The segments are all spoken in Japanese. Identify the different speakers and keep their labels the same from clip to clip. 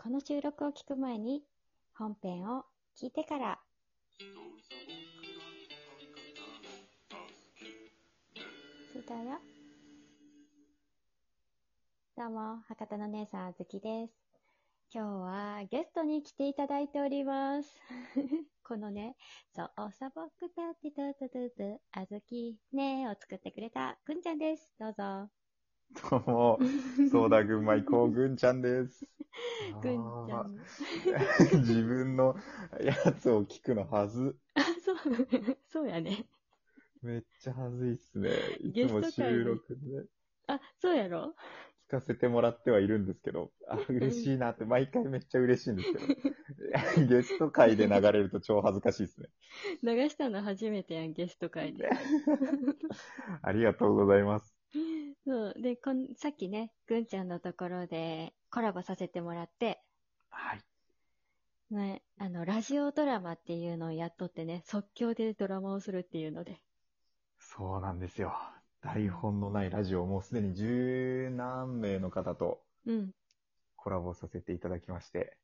Speaker 1: この収録を聞く前に本編を聞いてからそうだよどうも博多の姉さんあずきです今日はゲストに来ていただいております このねそうさぼくたってととととあずきねを作ってくれたくんちゃんですどうぞ
Speaker 2: どうも、そうだ群馬行こう、ぐんちゃん です。
Speaker 1: くんちゃん
Speaker 2: あー自分のやつを聞くのはず。
Speaker 1: あ そうだねそうやね
Speaker 2: めっちゃはずいっすね。い
Speaker 1: ゲ
Speaker 2: つ
Speaker 1: スト
Speaker 2: も
Speaker 1: 会
Speaker 2: 収録で
Speaker 1: あそうやろ
Speaker 2: 聞かせてもらってはいるんですけど、あ、嬉しいなって、毎回めっちゃ嬉しいんですけど、 ゲスト会で流れると超恥ずかしいですね。
Speaker 1: 流したの初めてやんゲスト会で
Speaker 2: ありがとうございます。
Speaker 1: そう。で、こん、さっきね、ぐんちゃんのところでコラボさせてもらって、
Speaker 2: はい。
Speaker 1: ね、あの、ラジオドラマっていうのをやっとってね、即興でドラマをするっていうので。
Speaker 2: そうなんですよ。台本のないラジオ、もうすでに十何名の方と
Speaker 1: うん。
Speaker 2: コラボさせていただきまして、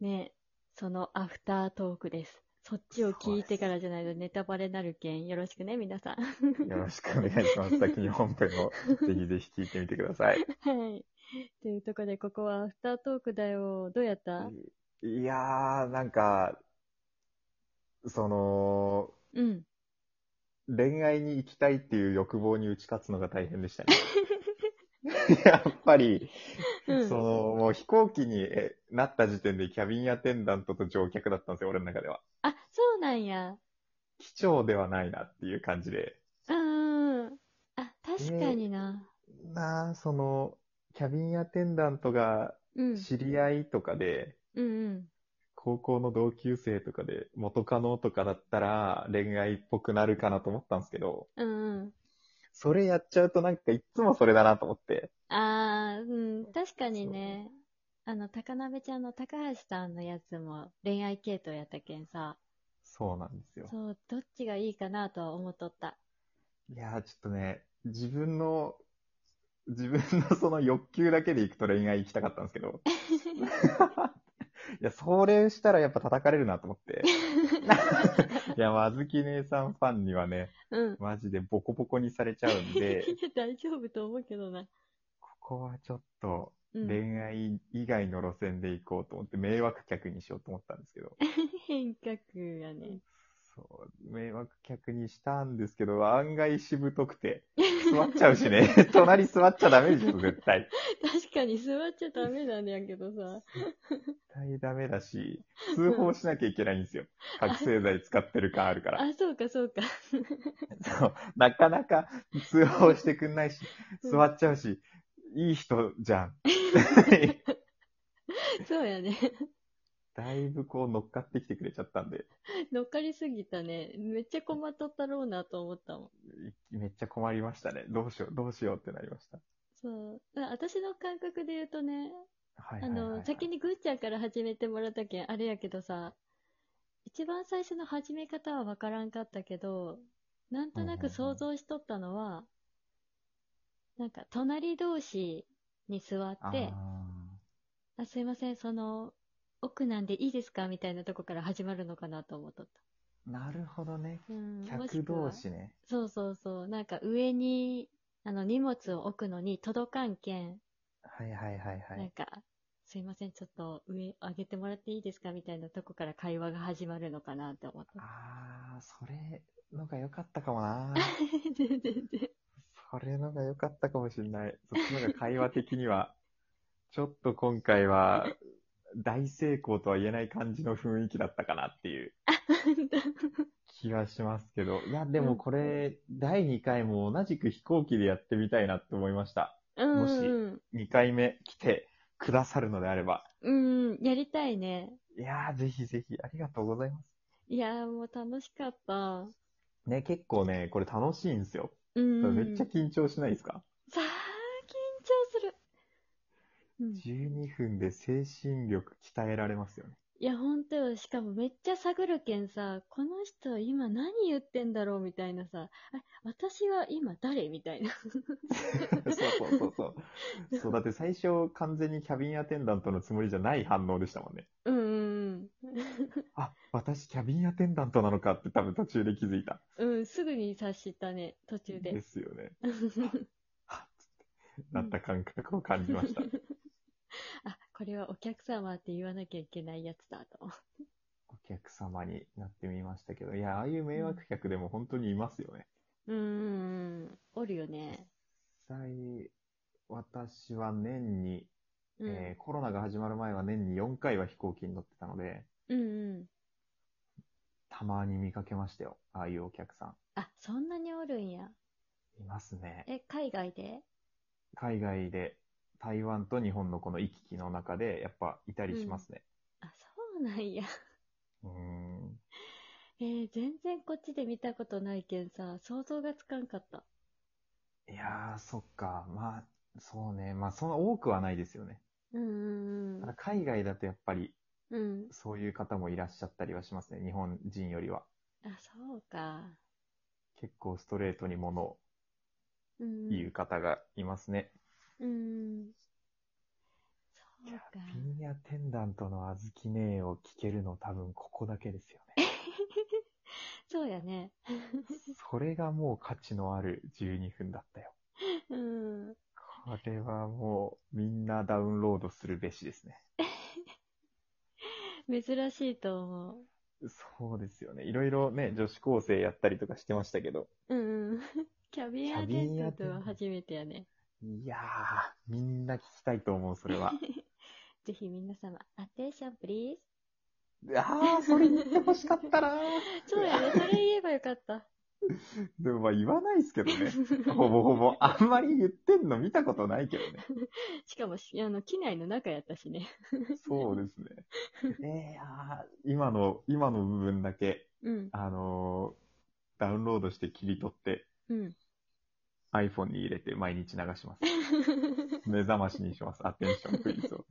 Speaker 1: ね、そのアフタートークです。そっちを聞いてからじゃないとネタバレなるけん、よろしくね、皆さん。
Speaker 2: よろしくお願いします。先に本編をぜひぜひ聞いてみてください。
Speaker 1: はい。というところで、ここはアフタートークだよ。どうやった
Speaker 2: いやー、なんか、その、
Speaker 1: うん。
Speaker 2: 恋愛に行きたいっていう欲望に打ち勝つのが大変でした ね。やっぱり、
Speaker 1: うん
Speaker 2: その、もう飛行機にえなった時点でキャビンアテンダントと乗客だったんですよ、俺の中では。
Speaker 1: あ、そうなんや。
Speaker 2: 機長ではないなっていう感じで。
Speaker 1: うん。あ、確かにな。
Speaker 2: なあ、その、キャビンアテンダントが
Speaker 1: うん。
Speaker 2: 知り合いとかで、
Speaker 1: うんうん。
Speaker 2: 高校の同級生とかで元カノとかだったら恋愛っぽくなるかなと思ったんですけど、
Speaker 1: うんうん。
Speaker 2: それやっちゃうとなんかいつもそれだなと思って。
Speaker 1: ああ、うん、確かにね。あの、高鍋ちゃんの高橋さんのやつも恋愛系統やったけんさ。
Speaker 2: そうなんですよ。
Speaker 1: そう、どっちがいいかなとは思っとった。
Speaker 2: いやーちょっとね、自分の、自分のその欲求だけで行くと恋愛行きたかったんですけ ど。いや、それしたらやっぱ叩かれるなと思 って。いや、まずき姉さんファンにはね、
Speaker 1: うん。
Speaker 2: マジでボコボコにされちゃうんで、
Speaker 1: 大丈夫と思うけどな。
Speaker 2: ここはちょっと、
Speaker 1: うん。
Speaker 2: 恋愛以外の路線で行こうと思って、迷惑客にしようと思ったんですけど、
Speaker 1: 変革やね。
Speaker 2: そう、迷惑客にしたんですけど、案外しぶとく て、座っちゃうしね、 隣座っちゃダメでしょ、絶対。
Speaker 1: 確かに座っちゃダメなんやけどさ。
Speaker 2: 絶対ダメだし、通報しなきゃいけないんですよ。覚醒剤使ってる感あるから。
Speaker 1: あ、そうかそうか。
Speaker 2: そう、なかなか通報してくんないし、座っちゃうし、いい人 じゃん。
Speaker 1: そうやね。
Speaker 2: だいぶこう乗っかってきてくれちゃったんで、
Speaker 1: 乗っかりすぎたね。めっちゃ困っとったろうなと思ったもん。
Speaker 2: めっちゃ困りましたね。どうしよう、どうしようってなりました。
Speaker 1: そう。だから私の感覚で言うとね、
Speaker 2: はい
Speaker 1: あ
Speaker 2: はいはいはい、
Speaker 1: の、先にぐーちゃんから始めてもらったけん、あれやけどさ、一番最初の始め方はわからんかったけど、なんとなく想像しとったのは、なんか、隣同士に座って、あすいません、その、奥なんでいいですかみたいなとこから始まるのかなと思っとっ
Speaker 2: あーなるほどね。
Speaker 1: た。うん、もし
Speaker 2: 客
Speaker 1: くは
Speaker 2: 同。士ね。
Speaker 1: そうそうそう。なんか上に、あの、荷物を置くのに届かんけん、
Speaker 2: はいはいはいは
Speaker 1: なん
Speaker 2: い。
Speaker 1: か、すいません、ちょっと上上げてもらっていいですかみたいなとこから会話が始まるのかなって思った。
Speaker 2: ああ、それのが良かったかもな。
Speaker 1: 全然全然。
Speaker 2: それのが良かったかもしれない。そっちのが会話的には、 ちょっと今回は、大成功とは言えない感じの雰囲気だったかなっていう気はしますけど。いや、でもこれ、第2回も同じく飛行機でやってみたいなって思いました。
Speaker 1: うん
Speaker 2: もし
Speaker 1: うん
Speaker 2: 2回目来てくださるのであれば。
Speaker 1: うん。うん、やりたいね。
Speaker 2: いやー、ぜひぜひ、ありがとうございます。
Speaker 1: いやー、もう楽しかった。
Speaker 2: ね、結構ね、これ楽しいんですよ。
Speaker 1: うん。
Speaker 2: めっちゃ緊張しないですか、
Speaker 1: さあ、緊張する。うん、
Speaker 2: ?12 分で精神力鍛えられますよね。
Speaker 1: いや、ほんとよ。しかもめっちゃ探るけんさ、この人今何言ってんだろうみたいなさ、あれ私は今誰みたいな。
Speaker 2: そうそうそうそう。そう、だって最初完全にキャビンアテンダントのつもりじゃない反応でしたもんね。
Speaker 1: うんうん
Speaker 2: あ、私キャビンアテンダントなのかって多分途中で気づいた。
Speaker 1: うん。うん、すぐに察したね、途中で。
Speaker 2: ですよ ね。はっつってなった感覚を感じました。
Speaker 1: あ、これはお客様って言わなきゃいけないやつだと。
Speaker 2: お客様になってみましたけど、いや、ああいう迷惑客でも本当にいますよね。
Speaker 1: うんうんうん、おるよね。
Speaker 2: 実際、私は年に、
Speaker 1: うん、
Speaker 2: えーコロナが始まる前は年に4回は飛行機に乗ってたので、
Speaker 1: うんうん。
Speaker 2: たまに見かけましたよ。ああいうお客さ
Speaker 1: あ、そんなにおるんや。
Speaker 2: ん。いますね。
Speaker 1: え、海外で
Speaker 2: 海外で、台湾と日本のこの行き来の中で、やっぱいたりしますね。
Speaker 1: あ、そうなんや。
Speaker 2: うーん。
Speaker 1: えー全然こっちで見たことないけんさ、想像がつかんかった。
Speaker 2: いやー、そっか。まあ、そうね。まあ、そんな多くはないですよね。
Speaker 1: うんうん
Speaker 2: ただ海外だとやっぱり、
Speaker 1: うん。うん。
Speaker 2: そういう方もいらっしゃったりはしますね。日本人よりは。
Speaker 1: あ、そうか。
Speaker 2: 結構ストレートにものを
Speaker 1: うん。
Speaker 2: 言う方がいますね。
Speaker 1: うん。そうか。
Speaker 2: ピンアテンダントの小豆ねえを聞けるの多分ここだけですよね。
Speaker 1: そうやね。
Speaker 2: それがもう価値のある12分だったよ。
Speaker 1: うん。
Speaker 2: これはもうみんなダウンロードするべしですね。
Speaker 1: 珍しいと思
Speaker 2: そうですよね。いろいろね、女子高生やったりとかしてましたけど。
Speaker 1: う。うんうん。 キャビンアテンダントは初めてやね。
Speaker 2: いやー、みんな聞きたいと思う、それは。
Speaker 1: ぜひ皆様、アテンションプリーズ。
Speaker 2: あー、それ言ってほしかったなー
Speaker 1: そうやね。それ言えばよかった。
Speaker 2: でもまあ言わないですけどね。ほぼほぼ、あんまり言ってんの見たことないけどね。
Speaker 1: しかもし、あの、機内の中やったしね。
Speaker 2: そうですね。えー、あー今の、今の部分だけ、
Speaker 1: うん。
Speaker 2: あのーダウンロードして切り取って、
Speaker 1: うん。
Speaker 2: iPhone に入れて毎日流し ます。目覚ましにします。アテンションプリーズを。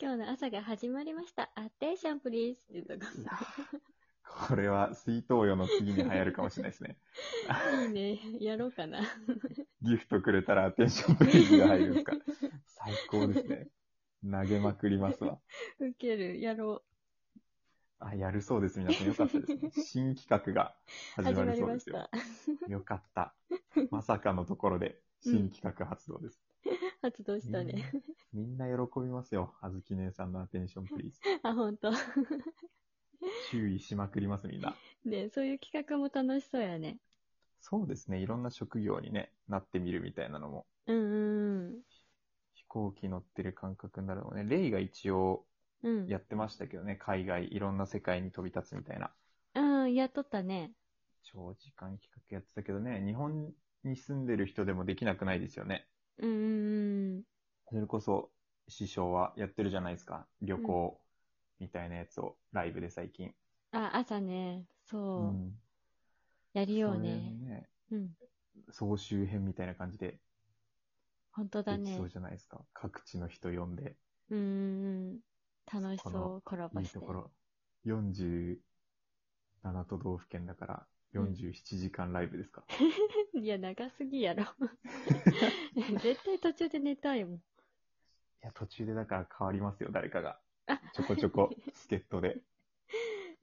Speaker 1: 今日の朝が始まりました。アテンションプリーズって言うと
Speaker 2: いやーこれは水筒用の次に流行るかもしれないですね。
Speaker 1: こ。いいね。やろうかな。
Speaker 2: ギフトくれたらアテンションプリーズが入るんですか。最高ですね。投げまくりますわ。
Speaker 1: ウケる。やろ
Speaker 2: あ、やるそうです。皆さんよかったで すね。新企画が
Speaker 1: う。
Speaker 2: 始ま
Speaker 1: ま
Speaker 2: る
Speaker 1: り
Speaker 2: そう
Speaker 1: ま
Speaker 2: で
Speaker 1: し
Speaker 2: すよ。
Speaker 1: た。
Speaker 2: よかった。まさかのところで新企画発動です。
Speaker 1: 発動したね。
Speaker 2: みんなみんな喜びますよ。あずき姉さんのアテンションプリーズ。
Speaker 1: あ、ほんと。
Speaker 2: 注意しまくります、みんな。
Speaker 1: ねそういう企画も楽しそうやね。
Speaker 2: そうですね。いろんな職業にね、なってみるみたいなのも、
Speaker 1: うんうん
Speaker 2: 飛行機乗ってる感覚になるのもね。レイが一応
Speaker 1: うん。うん。
Speaker 2: やってましたけどね。海外、いろんな世界に飛び立つみたいな。
Speaker 1: うん、やっとったね。
Speaker 2: 長時間企画やってたけどね。日本に住んでる人でもできなくないですよね。
Speaker 1: うんうん
Speaker 2: それこそ、師匠はやってるじゃないですか。旅行みたいなやつを、ライブで最近。
Speaker 1: うん。あ、朝ね。
Speaker 2: う
Speaker 1: そう。
Speaker 2: ん。
Speaker 1: やるよう
Speaker 2: それ
Speaker 1: ね
Speaker 2: も。ね。
Speaker 1: うん。
Speaker 2: 総集編みたいな感じで
Speaker 1: ほんとだ
Speaker 2: でき
Speaker 1: ね。
Speaker 2: そうじゃないですか。各地の人呼んで、
Speaker 1: うんうんうん。楽し
Speaker 2: こ
Speaker 1: そ
Speaker 2: の
Speaker 1: う、コラボ
Speaker 2: いい
Speaker 1: して。
Speaker 2: ところ。47都道府県だから、
Speaker 1: うん
Speaker 2: 47時間ライブですか。
Speaker 1: いや、長すぎ やろ。絶対途中で寝たいもん。
Speaker 2: いや、途中でだから変わりますよ、誰かが
Speaker 1: あ。
Speaker 2: ちょこちょ こ、助っ人で。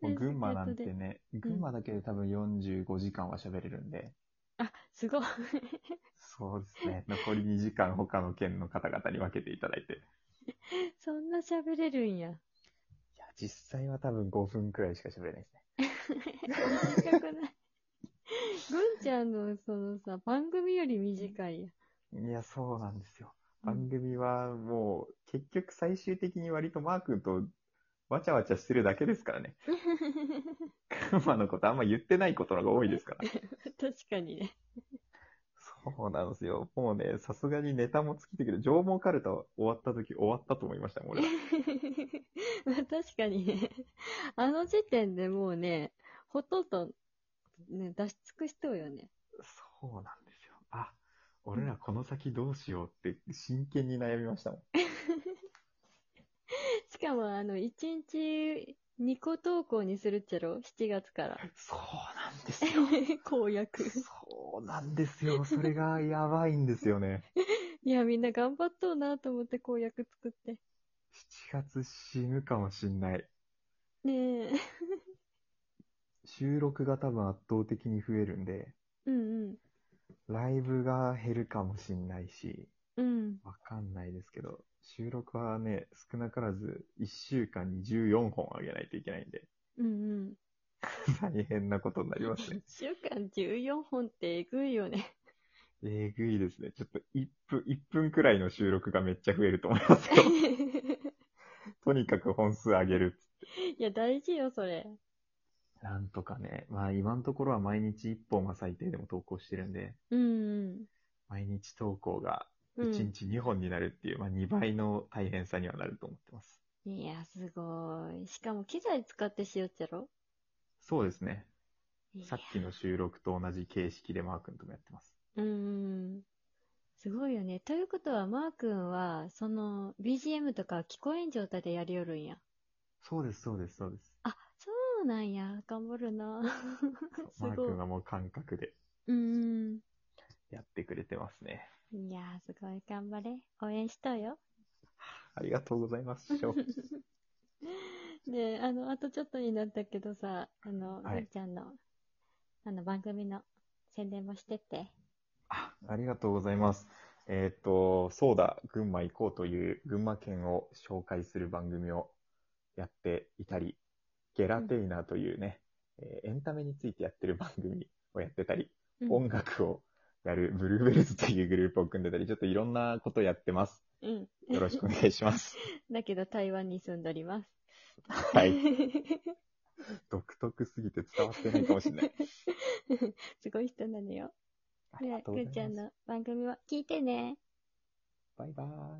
Speaker 2: もう
Speaker 1: ね
Speaker 2: 群馬なんて
Speaker 1: 助っ
Speaker 2: ね、群馬だけで多分45時間は喋れるんで、
Speaker 1: あ、すごい。
Speaker 2: そうですね。残り2時間他の県の方々に分けていただいて。い
Speaker 1: そんな喋れるん や。
Speaker 2: や、実際は多分5分くらいしか喋れないですね。
Speaker 1: 短くない。ぐんちゃんのそのさ、番組より短いや。
Speaker 2: いや、そうなんですよ。
Speaker 1: う
Speaker 2: 番
Speaker 1: ん
Speaker 2: 組はもう、結局最終的に割とマー君とわちゃわちゃしてるだけですから ね。群馬のことあんま言ってないことのが多いですから。
Speaker 1: 確かにね。
Speaker 2: そうなんですよ。もうね、さすがにネタも尽きてくる。縄文カルタ終わった時終わったと思いましたもん、俺は。
Speaker 1: まあ確かにね。あの時点でもうね、ほとんど、ね、出し尽くしとうよね。
Speaker 2: そうなんですよ。あ、俺らこの先どうしようって真剣に悩みましたもん。
Speaker 1: しかも、あの、1日2個投稿にするっちゃろ ?7 月から。
Speaker 2: そうなんですよ。
Speaker 1: 公約。
Speaker 2: そうなんですよ。それがやばいんですよ ね。
Speaker 1: いや、みんな頑張っとうなと思って公約作って。
Speaker 2: 7月死ぬかもしんない。
Speaker 1: ねえ。
Speaker 2: 収録が多分圧倒的に増えるんで、
Speaker 1: うんうん。
Speaker 2: ライブが減るかもしんないし、
Speaker 1: うん。
Speaker 2: わかんないですけど、収録はね、少なからず1週間に14本あげないといけないんで、
Speaker 1: うんうん。
Speaker 2: 大変なことになりますね
Speaker 1: 1。週間14本ってえぐいよ ね。
Speaker 2: えぐいですね。ちょっと1分、1分くらいの収録がめっちゃ増えると思います よ。とにかく本数上げる。
Speaker 1: いや、大事よ、それ。
Speaker 2: なんとかね、まあ今のところは毎日1本は最低でも投稿してるんで、
Speaker 1: うん
Speaker 2: 毎日投稿が
Speaker 1: うん。うん
Speaker 2: 1日2本になるっていう、まあ2倍の大変さにはなると思ってます。
Speaker 1: いや、すごい。しかも機材使ってしよっちゃろ
Speaker 2: そうですね。
Speaker 1: いや
Speaker 2: さっきの収録と同じ形式でマー君ともやってます。
Speaker 1: うんうん。すごいよね。ということは、マー君は、その、BGM とか聞こえん状態でやりよるんや。
Speaker 2: そうです、そうです、そうです。
Speaker 1: あ、そうなんや。頑張るな。す
Speaker 2: マー
Speaker 1: ごい
Speaker 2: 君。はもう感覚で
Speaker 1: うん
Speaker 2: やってくれてますね。
Speaker 1: うん。いやー、すごい。頑張れ。応援しとうよ。
Speaker 2: ありがとうございます、師匠。
Speaker 1: で、あの、あとちょっとになったけどさ、あの、
Speaker 2: はい
Speaker 1: みーちゃんの、あの、番組の宣伝もしてって。
Speaker 2: あありがとうございます。えーっと、そうだ、群馬行こうという群馬県を紹介する番組をやっていたり、ゲラテイナーというね、えーエンタメについてやってる番組をやってたり、
Speaker 1: うん
Speaker 2: 音楽をやるブルーベルズというグループを組んでたり、ちょっといろんなことやってます。
Speaker 1: うん。
Speaker 2: よろしくお願いします。
Speaker 1: だけど、台湾に住んでおります。
Speaker 2: はい。独特すぎて伝わってないかもし れない。
Speaker 1: すごい人なのよ。
Speaker 2: あ
Speaker 1: で
Speaker 2: り
Speaker 1: は
Speaker 2: がとうござい
Speaker 1: くーちゃん
Speaker 2: ます。
Speaker 1: の番組を聞いてね。
Speaker 2: バイバイ。